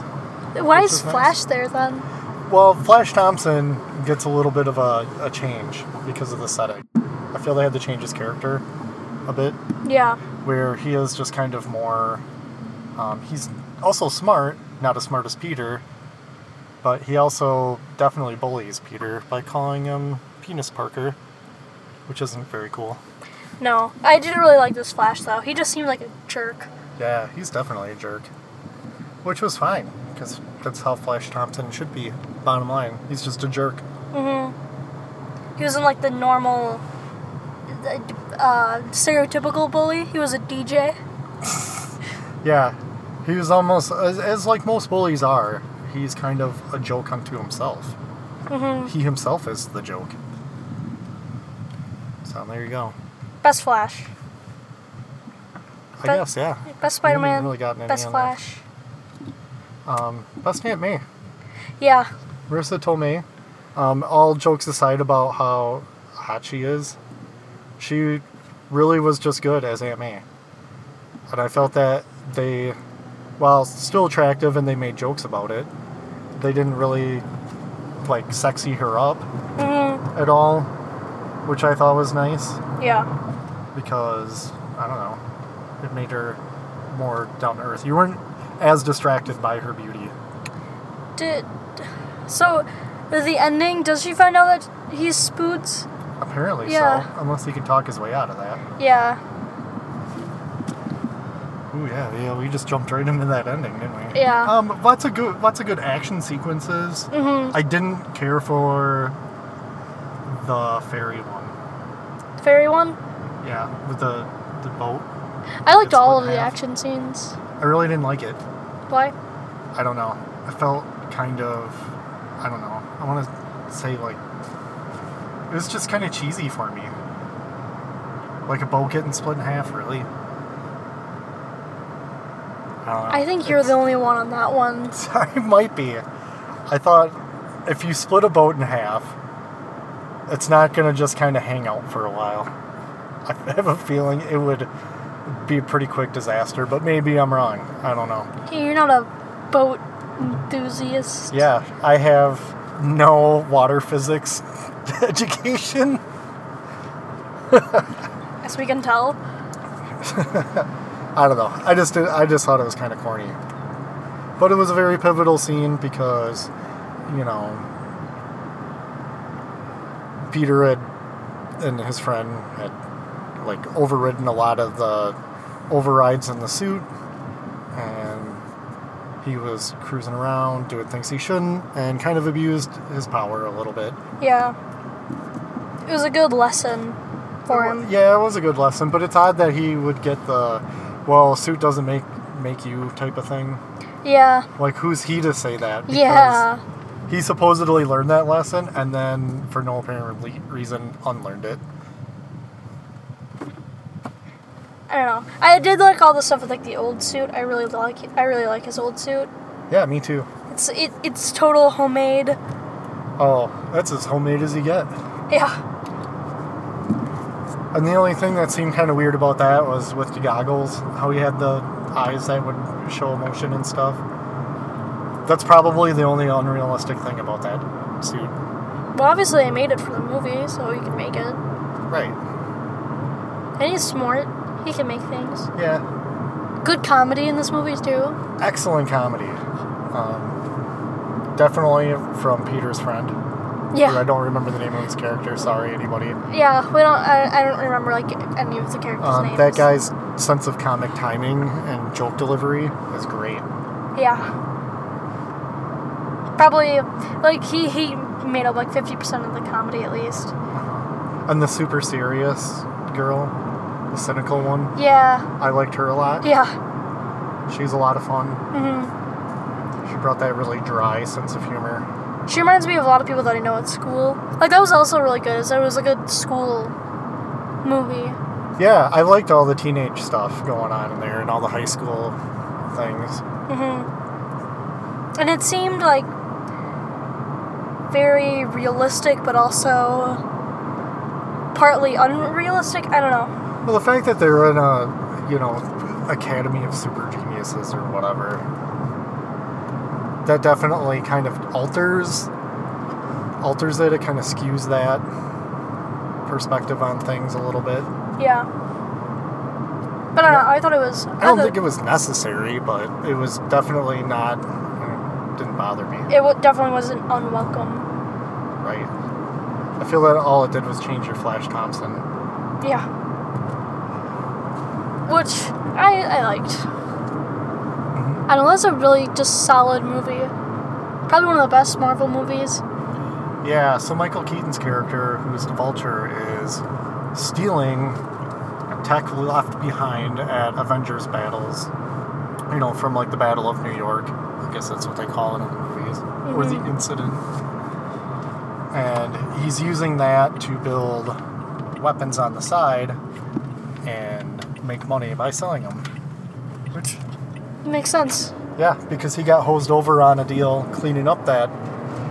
Speaker 3: Why
Speaker 4: Which
Speaker 3: is
Speaker 4: is nice.
Speaker 3: Flash there then?
Speaker 4: Well, Flash Thompson gets a little bit of a, a change because of the setting. I feel they had to change his character a bit,
Speaker 3: Yeah.
Speaker 4: where he is just kind of more. Um, he's also smart, not as smart as Peter, but he also definitely bullies Peter by calling him Penis Parker, which isn't very cool.
Speaker 3: No. I didn't really like this Flash though. He just seemed like a jerk.
Speaker 4: Yeah, he's definitely a jerk. Which was fine, because that's how Flash Thompson should be, bottom line. He's just a jerk.
Speaker 3: He wasn't like the normal, uh, stereotypical bully. He was a DJ.
Speaker 4: Yeah, he was almost as, as like most bullies are. He's kind of a joke unto himself. He himself is the joke. So there you go.
Speaker 3: Best Flash.
Speaker 4: I
Speaker 3: But-
Speaker 4: guess yeah.
Speaker 3: Best Spider Man.
Speaker 4: really gotten any
Speaker 3: best
Speaker 4: on that.
Speaker 3: Flash.
Speaker 4: Um, best Aunt May.
Speaker 3: Yeah.
Speaker 4: Marissa told me. Um, all jokes aside about how hot she is, she really was just good as Aunt May. And I felt that they, while still attractive and they made jokes about it, they didn't really like sexy her up
Speaker 3: hmm
Speaker 4: at all, which I thought was nice
Speaker 3: Yeah.
Speaker 4: because I don't know, it made her more down to earth. You weren't as distracted by her beauty.
Speaker 3: Did so. The ending. Does she find out that he's Spoods?
Speaker 4: Apparently
Speaker 3: Yeah.
Speaker 4: so, unless he could talk his way out of that.
Speaker 3: Yeah.
Speaker 4: Ooh yeah, yeah, we just jumped right into that ending, didn't we?
Speaker 3: Yeah.
Speaker 4: Um, lots of good, lots of good action sequences.
Speaker 3: Mhm.
Speaker 4: I didn't care for the fairy one.
Speaker 3: Fairy one.
Speaker 4: Yeah, with the the boat.
Speaker 3: I liked
Speaker 4: It's
Speaker 3: all
Speaker 4: one
Speaker 3: of the
Speaker 4: half.
Speaker 3: action scenes.
Speaker 4: I really didn't like it.
Speaker 3: Why?
Speaker 4: I don't know. I felt kind of, I don't know. I want to say like it was just kind of cheesy for me. Like a boat getting split in half, really. I don't know.
Speaker 3: I think you're
Speaker 4: It's-
Speaker 3: the only one on that one.
Speaker 4: I might be. I thought if you split a boat in half, it's not going to just kind of hang out for a while. I have a feeling it would be a pretty quick disaster, but maybe I'm wrong. I don't know.
Speaker 3: You're not a boat enthusiast.
Speaker 4: Yeah, I have no water physics education.
Speaker 3: As we can tell.
Speaker 4: I don't know. I just did, I just thought it was kind of corny. But it was a very pivotal scene because, you know, Peter had and his friend had like overridden a lot of the overrides in the suit and he was cruising around doing things he shouldn't and kind of abused his power a little bit.
Speaker 3: Yeah. It was a good lesson for
Speaker 4: Well,
Speaker 3: him.
Speaker 4: Yeah, it was a good lesson, but it's odd that he would get the well, suit doesn't make make you type of thing.
Speaker 3: Yeah.
Speaker 4: Like who's he to say that? Because
Speaker 3: Yeah.
Speaker 4: He supposedly learned that lesson and then for no apparent le- reason unlearned it.
Speaker 3: I don't know. I did like all the stuff with like the old suit. I really like I really like his old suit.
Speaker 4: Yeah, me too.
Speaker 3: It's it, it's total homemade.
Speaker 4: Oh, that's as homemade as you get.
Speaker 3: Yeah.
Speaker 4: And the only thing that seemed kind of weird about that was with the goggles, how he had the eyes that would show emotion and stuff. That's probably the only unrealistic thing about that suit.
Speaker 3: Well obviously they made it for the movie, so he can make it.
Speaker 4: Right.
Speaker 3: And he's smart. He can make things.
Speaker 4: Yeah.
Speaker 3: Good comedy in this movie too.
Speaker 4: excellent comedy. Um, definitely from Peter's friend. who I
Speaker 3: Yeah.
Speaker 4: don't remember the name of his character. Sorry, anybody.
Speaker 3: Yeah, we don't I, I don't remember like any of the characters'
Speaker 4: Um,
Speaker 3: names.
Speaker 4: that guy's sense of comic timing and joke delivery is great.
Speaker 3: Yeah. Probably, like he he made up like fifty percent of the comedy at least.
Speaker 4: And the super serious girl, the cynical one,
Speaker 3: Yeah,
Speaker 4: I liked her a lot.
Speaker 3: yeah.
Speaker 4: She's a lot of fun.
Speaker 3: hmm
Speaker 4: She brought that really dry sense of humor.
Speaker 3: She reminds me of a lot of people that I know at school. Like that was also really good. Is that it was like a school movie.
Speaker 4: Yeah, I liked all the teenage stuff going on in there and all the high school things.
Speaker 3: hmm Mm-hmm. And it seemed like very realistic, but also partly unrealistic. I don't know.
Speaker 4: Well, the fact that they're in a, you know, Academy of Super Geniuses or whatever, that definitely kind of alters alters it. It kind of skews that perspective on things a little bit.
Speaker 3: Yeah. But I don't know. I thought it was.
Speaker 4: I don't
Speaker 3: thought-
Speaker 4: think it was necessary, but it was definitely not. you know, Didn't bother me,
Speaker 3: It wa- definitely wasn't unwelcome.
Speaker 4: right? I feel that all it did was change your Flash Thompson.
Speaker 3: Yeah. Which I, I liked.
Speaker 4: mm-hmm.
Speaker 3: I know that's a really just solid movie. Probably one of the best Marvel movies.
Speaker 4: Yeah, so Michael Keaton's character, who's the Vulture, is stealing tech left behind at Avengers battles. You know, from like the Battle of New York. I guess that's what they call it in the movies, or the incident. And he's using that to build weapons on the side and make money by selling them. Which,
Speaker 3: Makes sense.
Speaker 4: yeah, because he got hosed over on a deal cleaning up that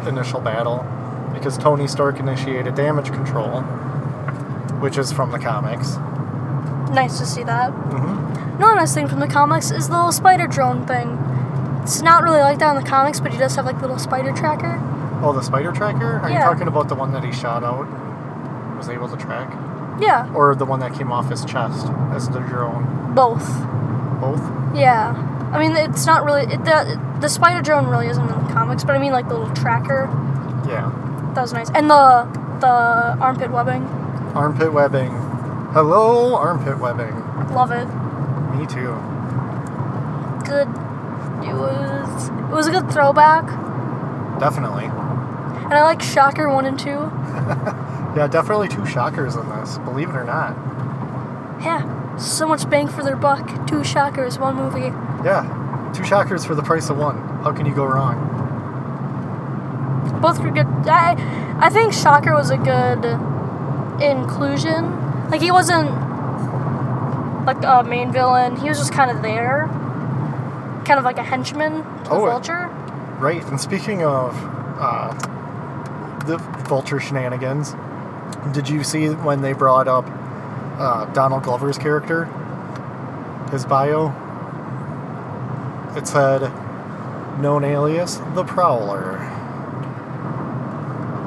Speaker 4: initial battle because Tony Stark initiated damage control, which is from the comics.
Speaker 3: Nice to see that.
Speaker 4: Mm-hmm.
Speaker 3: Another nice thing from the comics is the little spider drone thing. It's not really like that in the comics, but he does have like little spider tracker.
Speaker 4: Oh, the spider tracker? Are you
Speaker 3: Yeah.
Speaker 4: talking about the one that he shot out? Was able to track?
Speaker 3: Yeah,
Speaker 4: Or the one that came off his chest as the drone?
Speaker 3: both.
Speaker 4: Both?
Speaker 3: Yeah, I mean it's not really it, the the spider drone really isn't in the comics, but I mean like the little tracker
Speaker 4: Yeah.
Speaker 3: that was nice, and the the armpit webbing,
Speaker 4: Armpit webbing. Hello, armpit webbing.
Speaker 3: love it.
Speaker 4: Me too.
Speaker 3: Good. It was it was a good throwback,
Speaker 4: Definitely.
Speaker 3: and I like Shocker one and two.
Speaker 4: Yeah, definitely two shockers in this, believe it or not.
Speaker 3: Yeah, so much bang for their buck. Two Shockers, one movie.
Speaker 4: Yeah, two shockers for the price of one. How can you go wrong?
Speaker 3: both were good. I, I think Shocker was a good inclusion. Like he wasn't like a main villain. He was just kind of there, kind of like a henchman to
Speaker 4: Oh,
Speaker 3: the
Speaker 4: it-
Speaker 3: Vulture.
Speaker 4: Right. And speaking of uh, the vulture shenanigans, did you see when they brought up uh, Donald Glover's character? His bio. It said, "Known alias, the Prowler."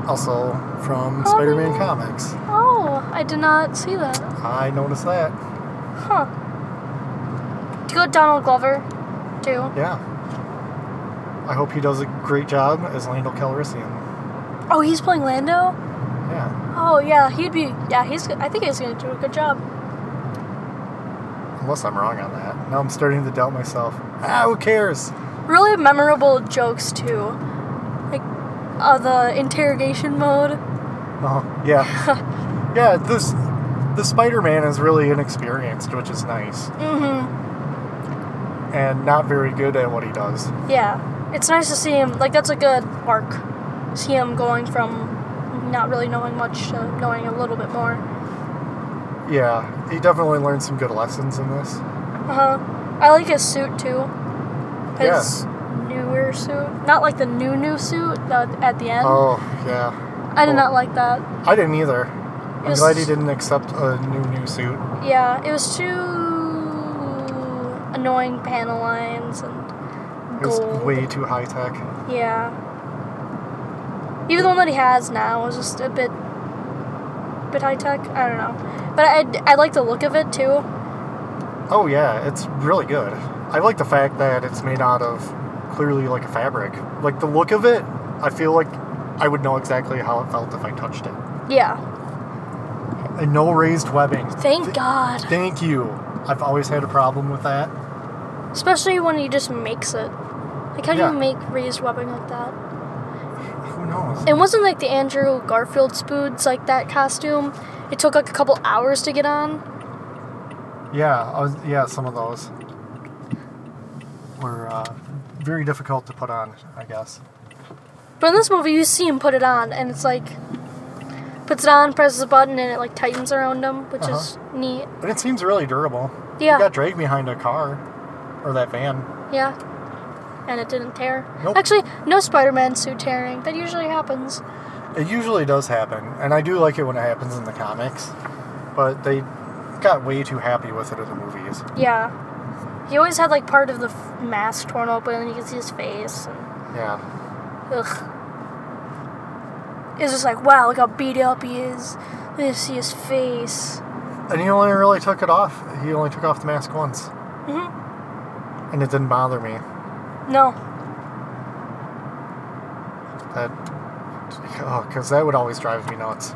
Speaker 4: Also from
Speaker 3: Oh.
Speaker 4: Spider-Man comics.
Speaker 3: Oh, I did not see that.
Speaker 4: I noticed that.
Speaker 3: Huh. Good Donald Glover, too.
Speaker 4: Yeah. I hope he does a great job as Lando Calrissian.
Speaker 3: Oh, he's playing Lando.
Speaker 4: Yeah.
Speaker 3: Oh yeah, he'd be. Yeah, he's. I think he's gonna do a good job.
Speaker 4: Unless I'm wrong on that. Now I'm starting to doubt myself. Ah, who cares?
Speaker 3: really memorable jokes too. Like uh, the interrogation mode.
Speaker 4: Uh-huh. Yeah. yeah, this the Spider-Man is really inexperienced, which is nice.
Speaker 3: Mm-hmm.
Speaker 4: And not very good at what he does.
Speaker 3: Yeah, it's nice to see him. Like that's a good arc. See him going from not really knowing much to knowing a little bit more.
Speaker 4: Yeah. He definitely learned some good lessons in this.
Speaker 3: Uh huh. I like his suit too.
Speaker 4: Yeah.
Speaker 3: His newer suit, not like the new new suit uh, at the end.
Speaker 4: Oh, yeah.
Speaker 3: I did not like that.
Speaker 4: I didn't either.
Speaker 3: It
Speaker 4: I'm
Speaker 3: was-
Speaker 4: glad he didn't accept a new new suit.
Speaker 3: Yeah, it was too annoying panel lines and
Speaker 4: It was
Speaker 3: gold.
Speaker 4: way too high tech.
Speaker 3: Yeah. Even the one that he has now is just a bit, bit high tech. I don't know, but I I like the look of it too.
Speaker 4: Oh yeah, it's really good. I like the fact that it's made out of clearly like a fabric. Like the look of it, I feel like I would know exactly how it felt if I touched it.
Speaker 3: Yeah.
Speaker 4: and no raised webbing.
Speaker 3: Thank God.
Speaker 4: Thank you. I've always had a problem with that.
Speaker 3: Especially when he just makes it. Like how do
Speaker 4: Yeah.
Speaker 3: you make raised webbing like that?
Speaker 4: Who knows?
Speaker 3: It wasn't like the Andrew Garfield spoods like that costume. It took like a couple hours to get on.
Speaker 4: Yeah, I was, yeah, some of those were uh, very difficult to put on, I guess.
Speaker 3: But in this movie, you see him put it on, and it's like puts it on, presses a button, and it like tightens around him, which is neat.
Speaker 4: But it seems really durable.
Speaker 3: Yeah.
Speaker 4: He Uh-huh. got dragged behind a car or that van.
Speaker 3: Yeah. And it didn't tear.
Speaker 4: Nope.
Speaker 3: Actually, no Spider-Man suit tearing. That usually happens.
Speaker 4: It usually does happen, and I do like it when it happens in the comics, but they got way too happy with it in the movies.
Speaker 3: Yeah. He always had like part of the f- mask torn open, and you can see his face. And,
Speaker 4: Yeah.
Speaker 3: ugh. It's just like, wow, look how beat up he is. Then you see his face.
Speaker 4: And he only really took it off. He only took off the mask once.
Speaker 3: hmm
Speaker 4: And it didn't bother me.
Speaker 3: No.
Speaker 4: That, oh, because that would always drive me nuts.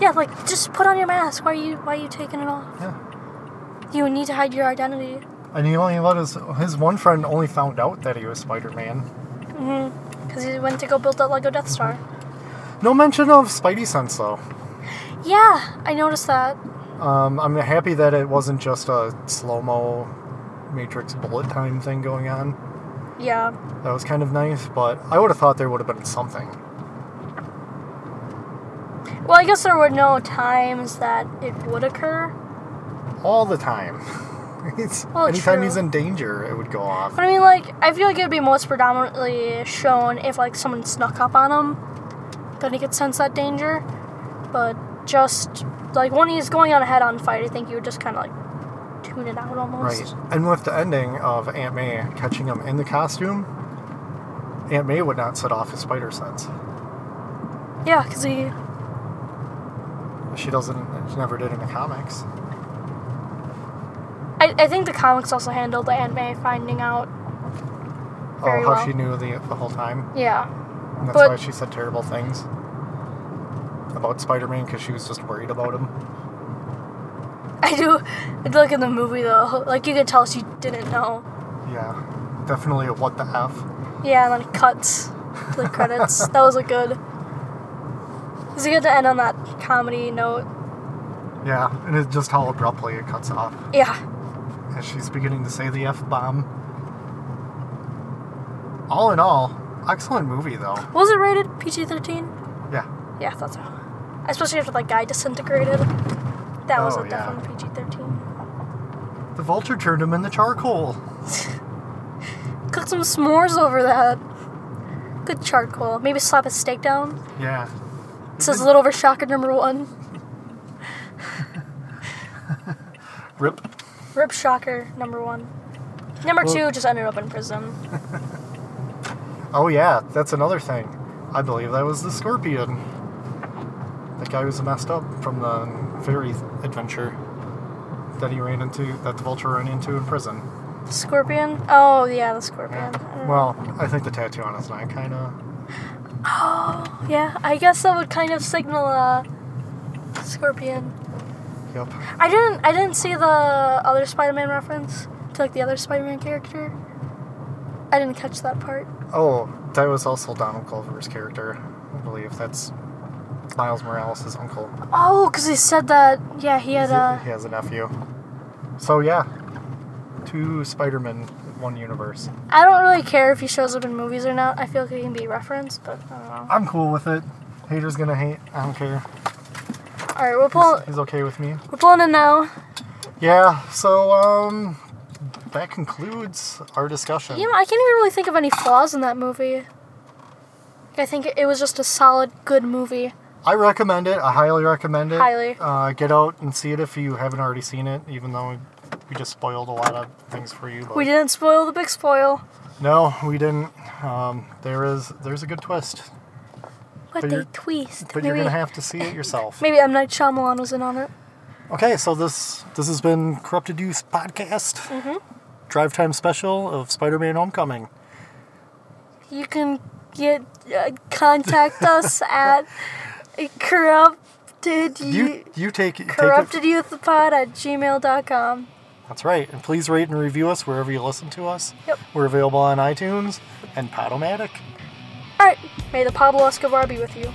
Speaker 3: Yeah, like just put on your mask. Why are you Why are you taking it off?
Speaker 4: Yeah.
Speaker 3: You need to hide your identity.
Speaker 4: And he only let his, his one friend only found out that he was Spider Man.
Speaker 3: Because he went to go build that Lego Death Star.
Speaker 4: No mention of Spidey Sense, though.
Speaker 3: Yeah, I noticed that.
Speaker 4: Um, I'm happy that it wasn't just a slow mo Matrix bullet time thing going on.
Speaker 3: Yeah.
Speaker 4: That was kind of nice, but I would have thought there would have been something.
Speaker 3: Well, I guess there were no times that it would occur.
Speaker 4: All the time. It's-
Speaker 3: Oh,
Speaker 4: anytime
Speaker 3: true.
Speaker 4: he's in danger, it would go off.
Speaker 3: But I mean, like, I feel like it would be most predominantly shown if, like, someone snuck up on him. Then he could sense that danger. But just, like, when he's going on a head on fight, I think you would just kind of, like, tune it out almost.
Speaker 4: Right. And with the ending of Aunt May catching him in the costume, Aunt May would not set off his spider sense.
Speaker 3: Yeah, because he.
Speaker 4: She doesn't, she never did in the comics.
Speaker 3: I, I think the comics also handled the anime finding out.
Speaker 4: oh,
Speaker 3: Very
Speaker 4: how
Speaker 3: well.
Speaker 4: she knew the, the whole time.
Speaker 3: Yeah.
Speaker 4: And that's
Speaker 3: But-
Speaker 4: why she said terrible things about Spider Man because she was just worried about him.
Speaker 3: I do. I look in the movie, though. Like, you could tell she didn't know.
Speaker 4: Yeah. Definitely a what the F.
Speaker 3: Yeah, and then it cuts to the credits. that was a good. It's good to end on that comedy note.
Speaker 4: Yeah. And it's just how abruptly it cuts off
Speaker 3: Yeah,
Speaker 4: as she's beginning to say the F bomb. All in all, excellent movie though.
Speaker 3: was it rated PG thirteen?
Speaker 4: Yeah.
Speaker 3: Yeah, I thought so. Especially after that guy disintegrated. That was
Speaker 4: Oh,
Speaker 3: a
Speaker 4: yeah.
Speaker 3: definitely PG thirteen.
Speaker 4: The vulture turned him into charcoal.
Speaker 3: Cook some s'mores over that. Good charcoal. Maybe slap a steak down.
Speaker 4: Yeah.
Speaker 3: It
Speaker 4: Mm-hmm.
Speaker 3: says little over shocker number one.
Speaker 4: Rip.
Speaker 3: Rip shocker number one. Number
Speaker 4: Well-
Speaker 3: two just ended up in prison.
Speaker 4: Oh yeah, that's another thing. I believe that was the scorpion. That guy was messed up from the fairy adventure that he ran into, that the vulture ran into in prison.
Speaker 3: Scorpion? Oh yeah, the scorpion.
Speaker 4: Well, I think the tattoo on his neck kind of.
Speaker 3: Oh, yeah. I guess that would kind of signal a scorpion.
Speaker 4: Yep.
Speaker 3: I didn't. I didn't see the other Spider-Man reference to like the other Spider-Man character. I didn't catch that part.
Speaker 4: Oh, that was also Donald Glover's character. I believe that's Miles Morales' uncle.
Speaker 3: Oh, because he said that. Yeah, he had uh,
Speaker 4: He's-
Speaker 3: a.
Speaker 4: he has a nephew. So yeah, two Spider-Man, one universe.
Speaker 3: I don't really care if he shows up in movies or not. I feel like he can be referenced, but I don't know.
Speaker 4: I'm cool with it. Haters gonna hate. I don't care.
Speaker 3: All right, we're
Speaker 4: He's,
Speaker 3: pulling.
Speaker 4: he's okay with me.
Speaker 3: We're pulling in now.
Speaker 4: Yeah. So um, that concludes our discussion.
Speaker 3: You know, I can't even really think of any flaws in that movie. I think it was just a solid, good movie.
Speaker 4: I recommend it. I highly recommend it.
Speaker 3: Highly.
Speaker 4: Uh, get out and see it if you haven't already seen it. Even though we just spoiled a lot of things for you. But
Speaker 3: We didn't spoil the big spoil,
Speaker 4: No, we didn't. Um, there is there's a good twist,
Speaker 3: but,
Speaker 4: But
Speaker 3: they
Speaker 4: you're-
Speaker 3: twist.
Speaker 4: but you're gonna have to see it yourself.
Speaker 3: Maybe M Night Shyamalan was in on it.
Speaker 4: Okay, so this this has been Corrupted Youth podcast,
Speaker 3: Mm-hmm.
Speaker 4: drive time special of Spider-Man: Homecoming.
Speaker 3: You can get uh, contact us at corrupted
Speaker 4: You you take take it-
Speaker 3: corrupted pod at gmail.com.
Speaker 4: That's right, and please rate and review us wherever you listen to us.
Speaker 3: Yep.
Speaker 4: We're available on iTunes and Podomatic.
Speaker 3: All right, may the Pablo Escobar be with you.